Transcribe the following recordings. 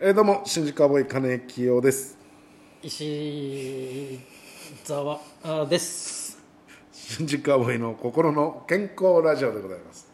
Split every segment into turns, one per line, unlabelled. えーどうも新宿アボイ金清です
石澤あです。
新宿アボイの心の健康ラジオでございます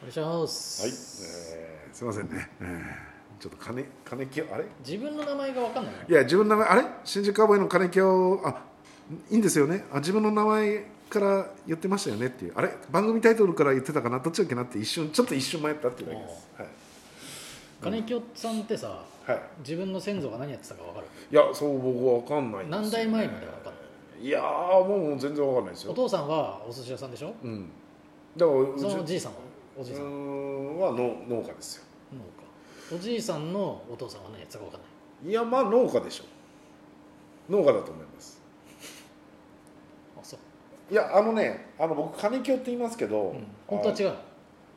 お願いします。
はい、えーすいませんね、えーちょっと金金清あれ
自分の名前がわかんない。
いや自分の名前あれ新宿アボイの金清あいいんですよねあ自分の名前から言ってましたよねっていうあれ番組タイトルから言ってたかなどっちだっけなって一瞬ちょっと一瞬迷ったっていうだけです
金清さんってさ、
はい、はい、
自分の先祖が何やってたかわかる。
いやそう僕わかんないんですよね
何代前までわかんない。
いやーもう全然わかんないです
お
よ
父さんはお寿司屋さんでしょ。
うんだからうち
そのおじいさんはおじいさん
うー
の
んは農農家ですよ
か。おじいさんのお父さんは何やってたかわかんない。
いやまあ農家でしょ農家だと思います
あそう。
いやあのねあの僕金京って言いますけど、
うん本当は違
う
うの。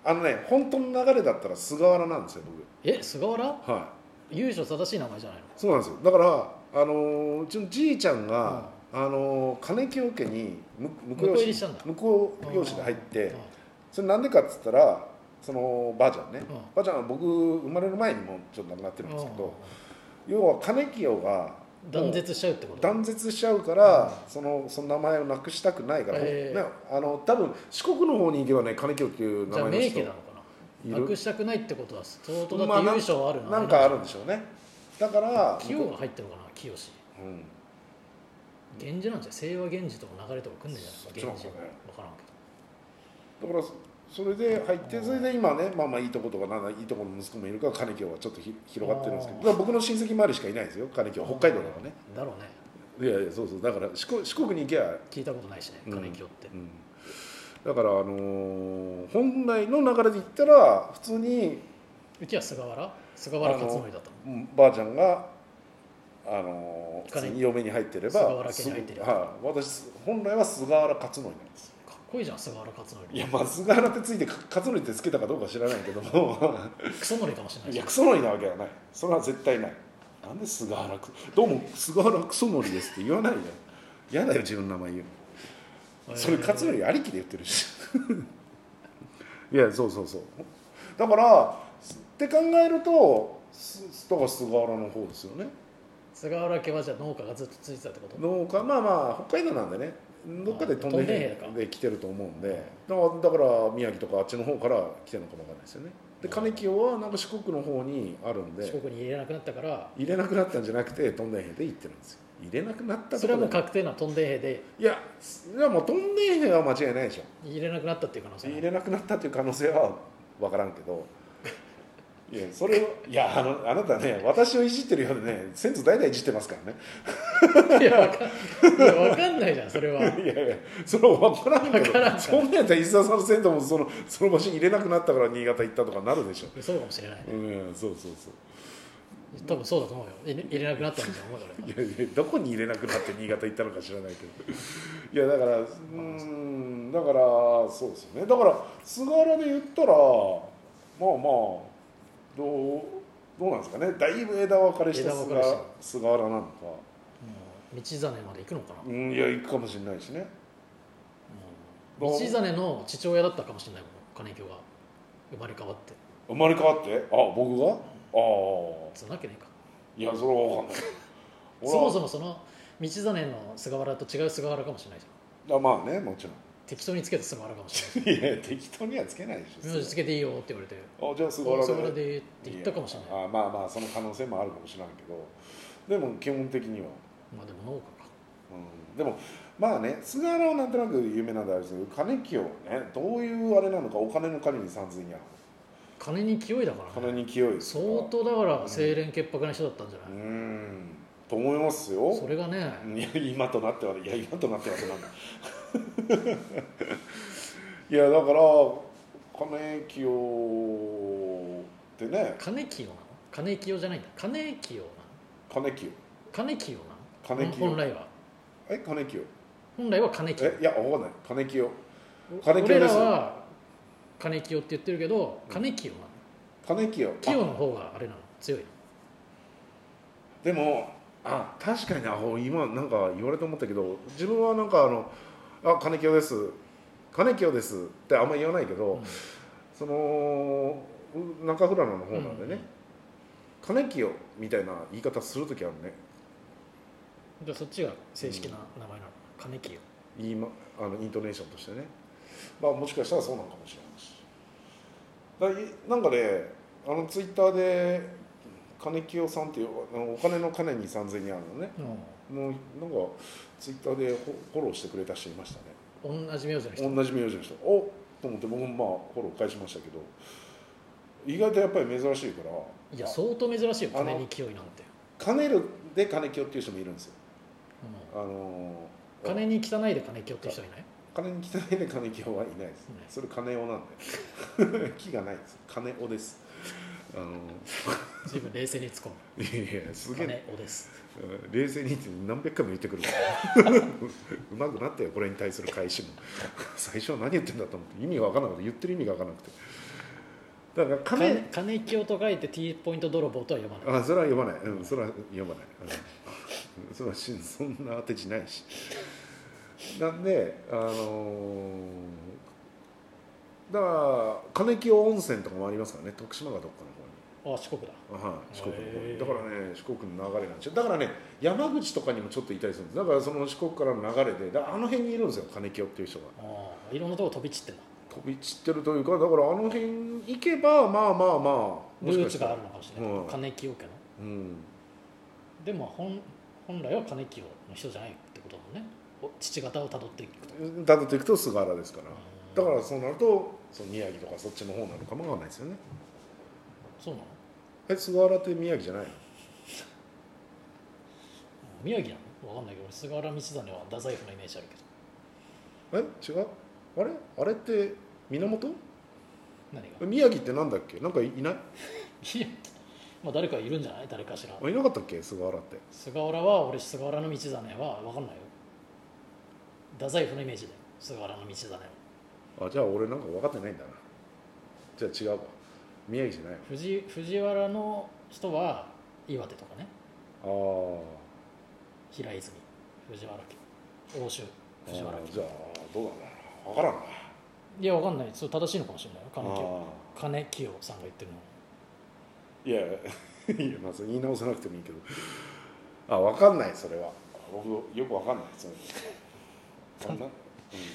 あのね本当の流れだったら菅原なんですよ
え菅原？
僕はい
由緒正しい名前じゃないの。
そうなんですよだからあのーうちのじいちゃんが、あのー金京家にむ婿養
婿入
子
りしたんだ。
向こう養子で入って
あ
それなんでかっつったらそのばあちゃんね、
うん
ばあちゃんは僕生まれる前にもうちょっと亡くなってるんですけど要は金清が
断絶しちゃうってこと。
断絶しちゃうから、そのその名前をなくしたくないから、
ええ
ね、あの多分四国の方に行けばね金清っていう
じゃ
名前
あ
の
名家
人
なのか
い
な。な
る
くしたくないってことは相当
ま
だ
あ
って
なん
由緒はある
なんかあ
る。
るんでしょうねだから
清が入ってるのかな清志
うん、
源氏なんじゃ清和源氏とか流れとか組んでんじ
そっ
ゃ
ち
な
ないんか
源氏
ね
分からん
だ
け
からそそれで入って
うん
それで今ねまあまあいいとことかなんだいいとこの息子もいるから金清はちょっとひ広がってるんですけどだ
あー
から僕の親戚周りしかいないですよ金清
ど
は北海道だからね
だろうね
いやいやそうそうだから四国四国に行けば、
聞いたことないしね
うん
金清って、
うん、だからあのー本来の流れで言ったら普通に
うちは菅原菅原勝則だったの
うんばあちゃんが、あのー
金
普通に嫁に入ってれば
菅原家に入ってれば
すはい、私本来は菅原勝則なんです
かっこいいじゃん菅原勝則
いやまあ菅原ってついてか勝則ってつけたかどうか知らないけど も
クソ則かもしれない
い
じ
や
ゃん
クソノリなわけはないそれは絶対ないなんで菅原くどうも菅原クソノリですって言わないよ嫌だよ自分の名前言うのそれ勝
え
則ありきで言ってるし いやそうそうそうだからって考えるとすだから菅原の方ですよね
ー菅原家はじゃあ農家がずっとついてたってこと
農家まあまあ北海道なんでねどっかで飛んで
あ飛んでんや
で来てると思うんでだからだから宮城とかあっちの方から来てるのかもわかんないですよねで金清はなんか四国の方にあるん
四
で
国に入れなくなったから
入れなくなったんじゃなくて飛んでんへで行ってるんですよ入れなくなったとこ
それはもう
で
確定なトンデン兵で
いやいやもう飛んでんへは間違いないでしょ
入れなくなったっていう可能性
入れなくなったという可能性は分からんけどいやそれをいやあのあなたね私をいじってるようでね先祖代々いじってますからね
いやわかんいやわかんないじゃんそれはい
やいやそれは分からんけ
分から
ど
んから
そんなんやったら石田さんの銭湯もそのその場所に入れなくなったから新潟行ったとかなるでしょ
そうかもしれない
うんそうそうそ
多分そうだと思うよ入れ入れなくなったんだと思うよ
ういやいやどこに入れなくなって新潟行ったのか知らないけどいやだからうーんだからそうですよねだから菅原で言ったらまあまあどうどうなんですかねだいぶ枝分かれした
枝分
菅
かれした
菅原なのか
俺道真まで行くのか
う
な
んいや行くかもしれないしね
道
どう
真の父親だったかもしれないもん金京が生まれ変わって
生まれ変わってあ僕がああ
そんなわけねえか
いやそれは分かんない
そもそ
も
もその道真の菅原と違う菅原かもしれないじゃん
あまあねもちろ
適当につけた菅原かもし
ん いや適当にはつけないでし
れ ない名字つけていいよって言われて
あじゃあ菅
あ
原
菅原でって言ったかもしれない
やあまあまあその可能性もあるかもしれないけどでも基本的には、
まあでも農家か
うん、でもまあね菅原はなんとなく有名なんであれですけど金清ねどういうあれなのかお金の金にさんずいにゃ
金に清いだから
金
ね
に清いですか
相当だから清廉潔白な人だったんじゃ
う
ない
んと思いますよ
それがね
いや今となってはいや今となってはそうなんだ いやだから金清ってね
金清なの金清じゃないんだ金清なの
金清
金清なの
金清
本来は
え金清
本来は金清
えいやわかんない金清金
俺
清で
ら
すよ
は金清って言ってるけど
うん
金清なの
金清
清
あ
の方があれなの強いの
でもあ確かにあ今なんか言われて思ったけど自分はなんかあの「あ金清です金清です」ってあんま言わないけど、
うん
そのう中富良野の方なんでね、金清みたいな言い方する時あるね
でそっちが正式な名前なの、金木よ
言い、ま、あのイントネーションとしてねまあもしかしたらそうなのかもしれないしだいなんかねあのツイッターで金清さんっていうあのお金の金に3000にあるのねもうなんかツイッターでフォフォローしてくれた人いましたね
同じ名字の人
同じ名字の人おっと思って僕もまあフォロー返しましたけど意外とやっぱり珍しいから
いや相当珍しいよ
あの
金に清いなんて、
金るで金清っていう人もいるんですよ
う
あの
ん、金に汚いで金清って人いない
金に汚いで金清はいないです
いない
それ金男なんで 木がないです金男ですあの
随分冷静に突 っ込む
いやいやすげえ
金おです
うん冷静にって何百回も言ってくるから うまくなったよこれに対する返しも 最初は何言ってんだと思って意味が分からなかった言ってる意味が分からなくてだから金
金金清と書いて T ポイント泥棒とは呼ばない
あそれは読まない、うん、それは読まない、うん、 それはしそんな当て字ないしなんであのーだから金清温泉とかもありますからね徳島がどっか
あ四国だ
の方に、はい、四国の方
へ
に
ー
だからね四国の流れなんですよだからね山口とかにもちょっといたりするんですだからその四国からの流れでだからあの辺にいるんですよ金清っていう人が
ああいろんなとこ飛び散ってんだ
飛び散ってるというかだからあの辺行けばまあまあまあも
ル
し
ー
かし
ツ
た
があ
ら
るのかもしれない、
うん
金清家の
うん
でも本本来は金清の人じゃないってことだもんねお父方をたどっていくと
だとていくと菅原ですから
うん
だからそうなるとその宮城とかそっちの方なのかもわかんないですよね
そうなの
え菅原って宮城じゃないの
宮城なのわかんないけど俺菅原道真は太宰府のイメージあるけど
え違うあれあれって源
何が
え宮城ってなんだっけなんかいいない
宮城まあ誰かいるんじゃない誰かしら
あいなかったっけ菅原って
菅原は俺菅原の道真はわかんないよ太宰府のイメージで菅原の道真は
あじゃあ俺なんか分かってないんだなじゃあ違うわ宮城じゃない
藤藤原の人は岩手とかね
わ
平泉藤原家欧州
あー
藤原
あーじゃあどうなんだろう分からんない
やわかんないそう正しいのかもしれないよ金
あ
清金清さんが言ってるの
ーいやいや まあそれ言い直さなくてもいいけどあ分かんないそれは僕よく分かんないそ れそんな
な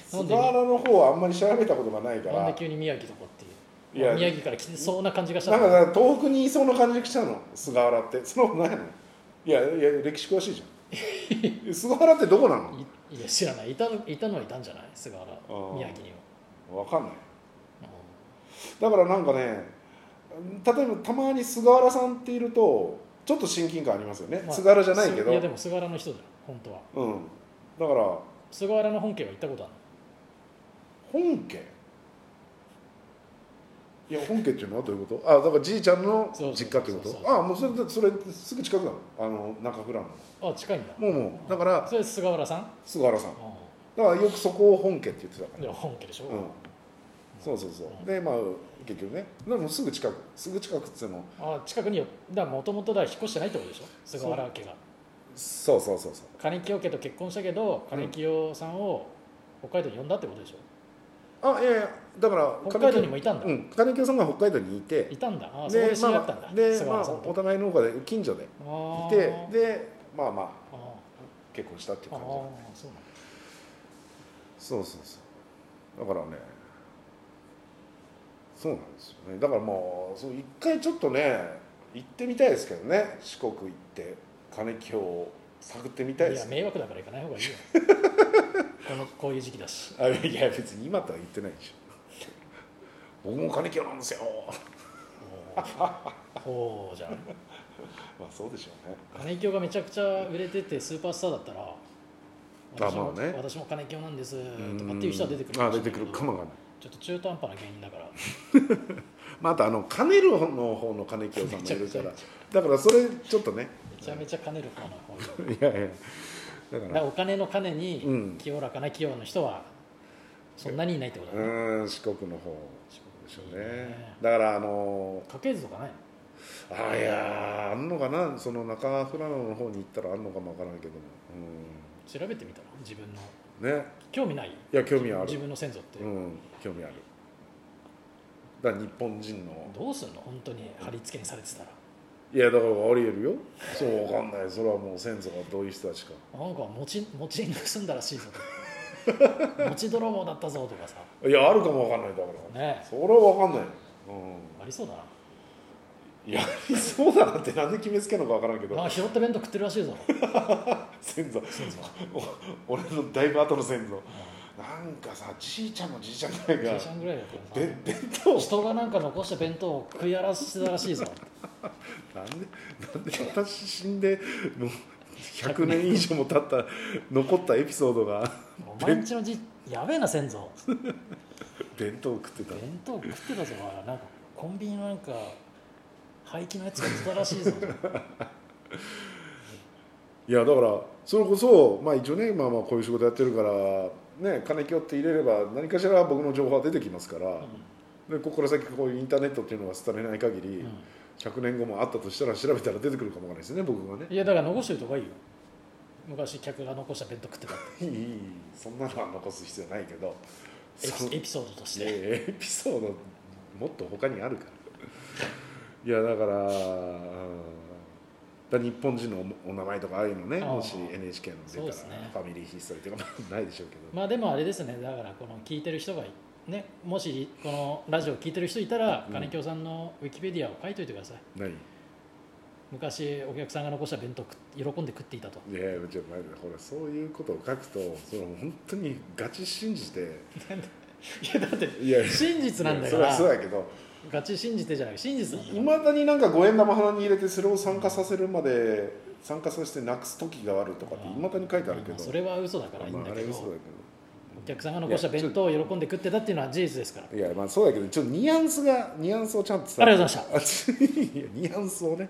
菅
んで
原の方はあんまり調べたことがないから
なん
な
で
んか
急に宮城とかっていう
いや
宮城から来てそうな感じがしたの
さ東北にいそうな感じがしたの菅原ってそのことないのいやいや歴史詳しいじ ゃん菅原ってどこなの
いいや知らないいたのいたのはいたんじゃない菅原
ー
宮城には
分かんない
うん
だからなんかね例えばたまに菅原さんっているとちょっと親近感ありますよね、
まあ
菅原じゃないけど
いやでも菅原の人だよ本当は
うんだから
菅原の本家は行ったことある
本家いや本家っていうのはどういうことあだからじいちゃんの
そうそう
実家ってこ
そうそう
と
そう
あもうそれそれすぐ近くなのあの中富良野
のあ近いんだ
もうもうだから
それ菅原さん
菅原さん
う
だからよくそこを本家って言ってたから
んでも本家でしょ
うんそうそうそううんでまあ結局ねでもすぐ近くすぐ近くっつっても
あ近くによだもともとだから引っ越してないってことでしょ菅原家が
そうそうそうそう
金清家と結婚したけど
うん
金清さんを北海道に呼んだってことでしょ
あいやいやだから
北海道
金
にもいたんだ、
清うん金清さんが北海道にいて
いたんだあそこで知り合ったんだ、
まあ、で、
菅
ま
原
あ
さん、と、
お互い農家で近所でい
あー、
てでまあまあ
あー
結婚したっていう
あー
感じ
そうなんだ
そうそうそうだからねそうなんですよねだからもうそう一回ちょっとね行ってみたいですけどね四国行って金清を探ってみたい
い
で
や
すね
迷惑だから行かない方がいいよ このこういう時期だし
あいや別に今とは言ってないでしょ僕も金清なんですよ
ほうじゃん
まあそうでしょうね
金井京がめちゃくちゃ売れててスーパースターだったら私も,、
まあね
私も金井京なんですとかっていう人は出てくる
あ
もしれ
出
な
てく
いけど
るかもわかんない、
ちょっと中途半端な芸人だから
まあ、あとあのカネルの方の金清さん
め
も
ち
い
ゃく
る
ち
か
ゃめ
らだからそれちょっとね
ちゃめちゃ金る方の方が
いやいやだから
だからお金の金
う
に
ん
清らかな清の人はそんなにいないってこと
う
だね
ーん四国の方でしょうね
いいね
だからあの
家系図とかない
あいやーあんのかなその中富良野の方に行ったらあんのかもわからんけども
調べてみたら自分の
うんね
興味ない
いや興味あ
自
る
分の先祖って、
うん興味あるだから日本人の
どうすんの本当に貼り付けにされてたら
いやだからありえるよそうわかんないそれはもう先祖がどういう人たちか
なんか餅餅盗んだらしいぞ とか餅泥棒だったぞとかさ
いやあるかもわかんないだから
ね
それはわかんないよ、
ありそうだな
うん、やりそうだなってなんで決めつけるのかわからんけど
あ拾った弁当食ってるらしいぞ
先祖
先祖は
お俺のだいぶ後の先祖なんかさじいちゃんもじいちゃんぐらい
じい
が
ちゃんぐらいだった
で
ら
弁当
さ人がなんか残した弁当を食い荒らしてた らしいぞ
なんでなんで私死んでもう100年以上も経った残ったエピソードが
お前んちのじいやべえな先祖
弁当食ってた
弁当食ってたぞお前なんかコンビニのなんか廃棄のやつ買ってたらしい ぞ
いやだからそれこそまあ一応ねまあまあこういう仕事やってるからね金京って入れれば何かしら僕の情報は出てきますから、でここから先こういうインターネットっていうのは廃れない限り、
うん
100年後もあったとしたら調べたら出てくるかもわからないですね僕がね
いやだから残してるとこがいいよ昔客が残した弁当食ってたっ
いいいいそんなのは残す必要ないけど
てエ
その
ピエピソードとし
いや
て
いやエピソードもっと他にあるからいやだから、うん、だ日本人のお名前とかああいうのね
ああ
もし NHK の出
そうで
た
す
ら、
ね
ファミリーヒストリーとかまあないでしょうけど、
まあでもあれですねだからこの聞いてる人がねもしこのラジオ聞いてる人いたら
うん
金京さんのウィキペディアを書いといてください
何
昔お客さんが残した弁当食っ喜んで食っていたと
いやいやちょっと待ってほらそういうことを書くとそれ本当にガチ信じ て
いやだって
いや
真実なんだか
いや
ら
それはそうだけど
ガチ信じてじゃない真実なんだ
い
から
まだになんか五円玉鼻に入れてそれを酸化させるまで酸化させてなくす時があるとかっていまだに書いてあるけ
まあ
ど
それは嘘だからいい
ま
ん
あ
だ
あ
け
れ
ど
嘘だけど
お客さんが残した弁当を喜んで食ってたっていうのは事実ですから
いやまあそうだけどちょっとニュアンスがニュアンスをちゃんと
ありがとうござ
ま
い
したニュアンスをね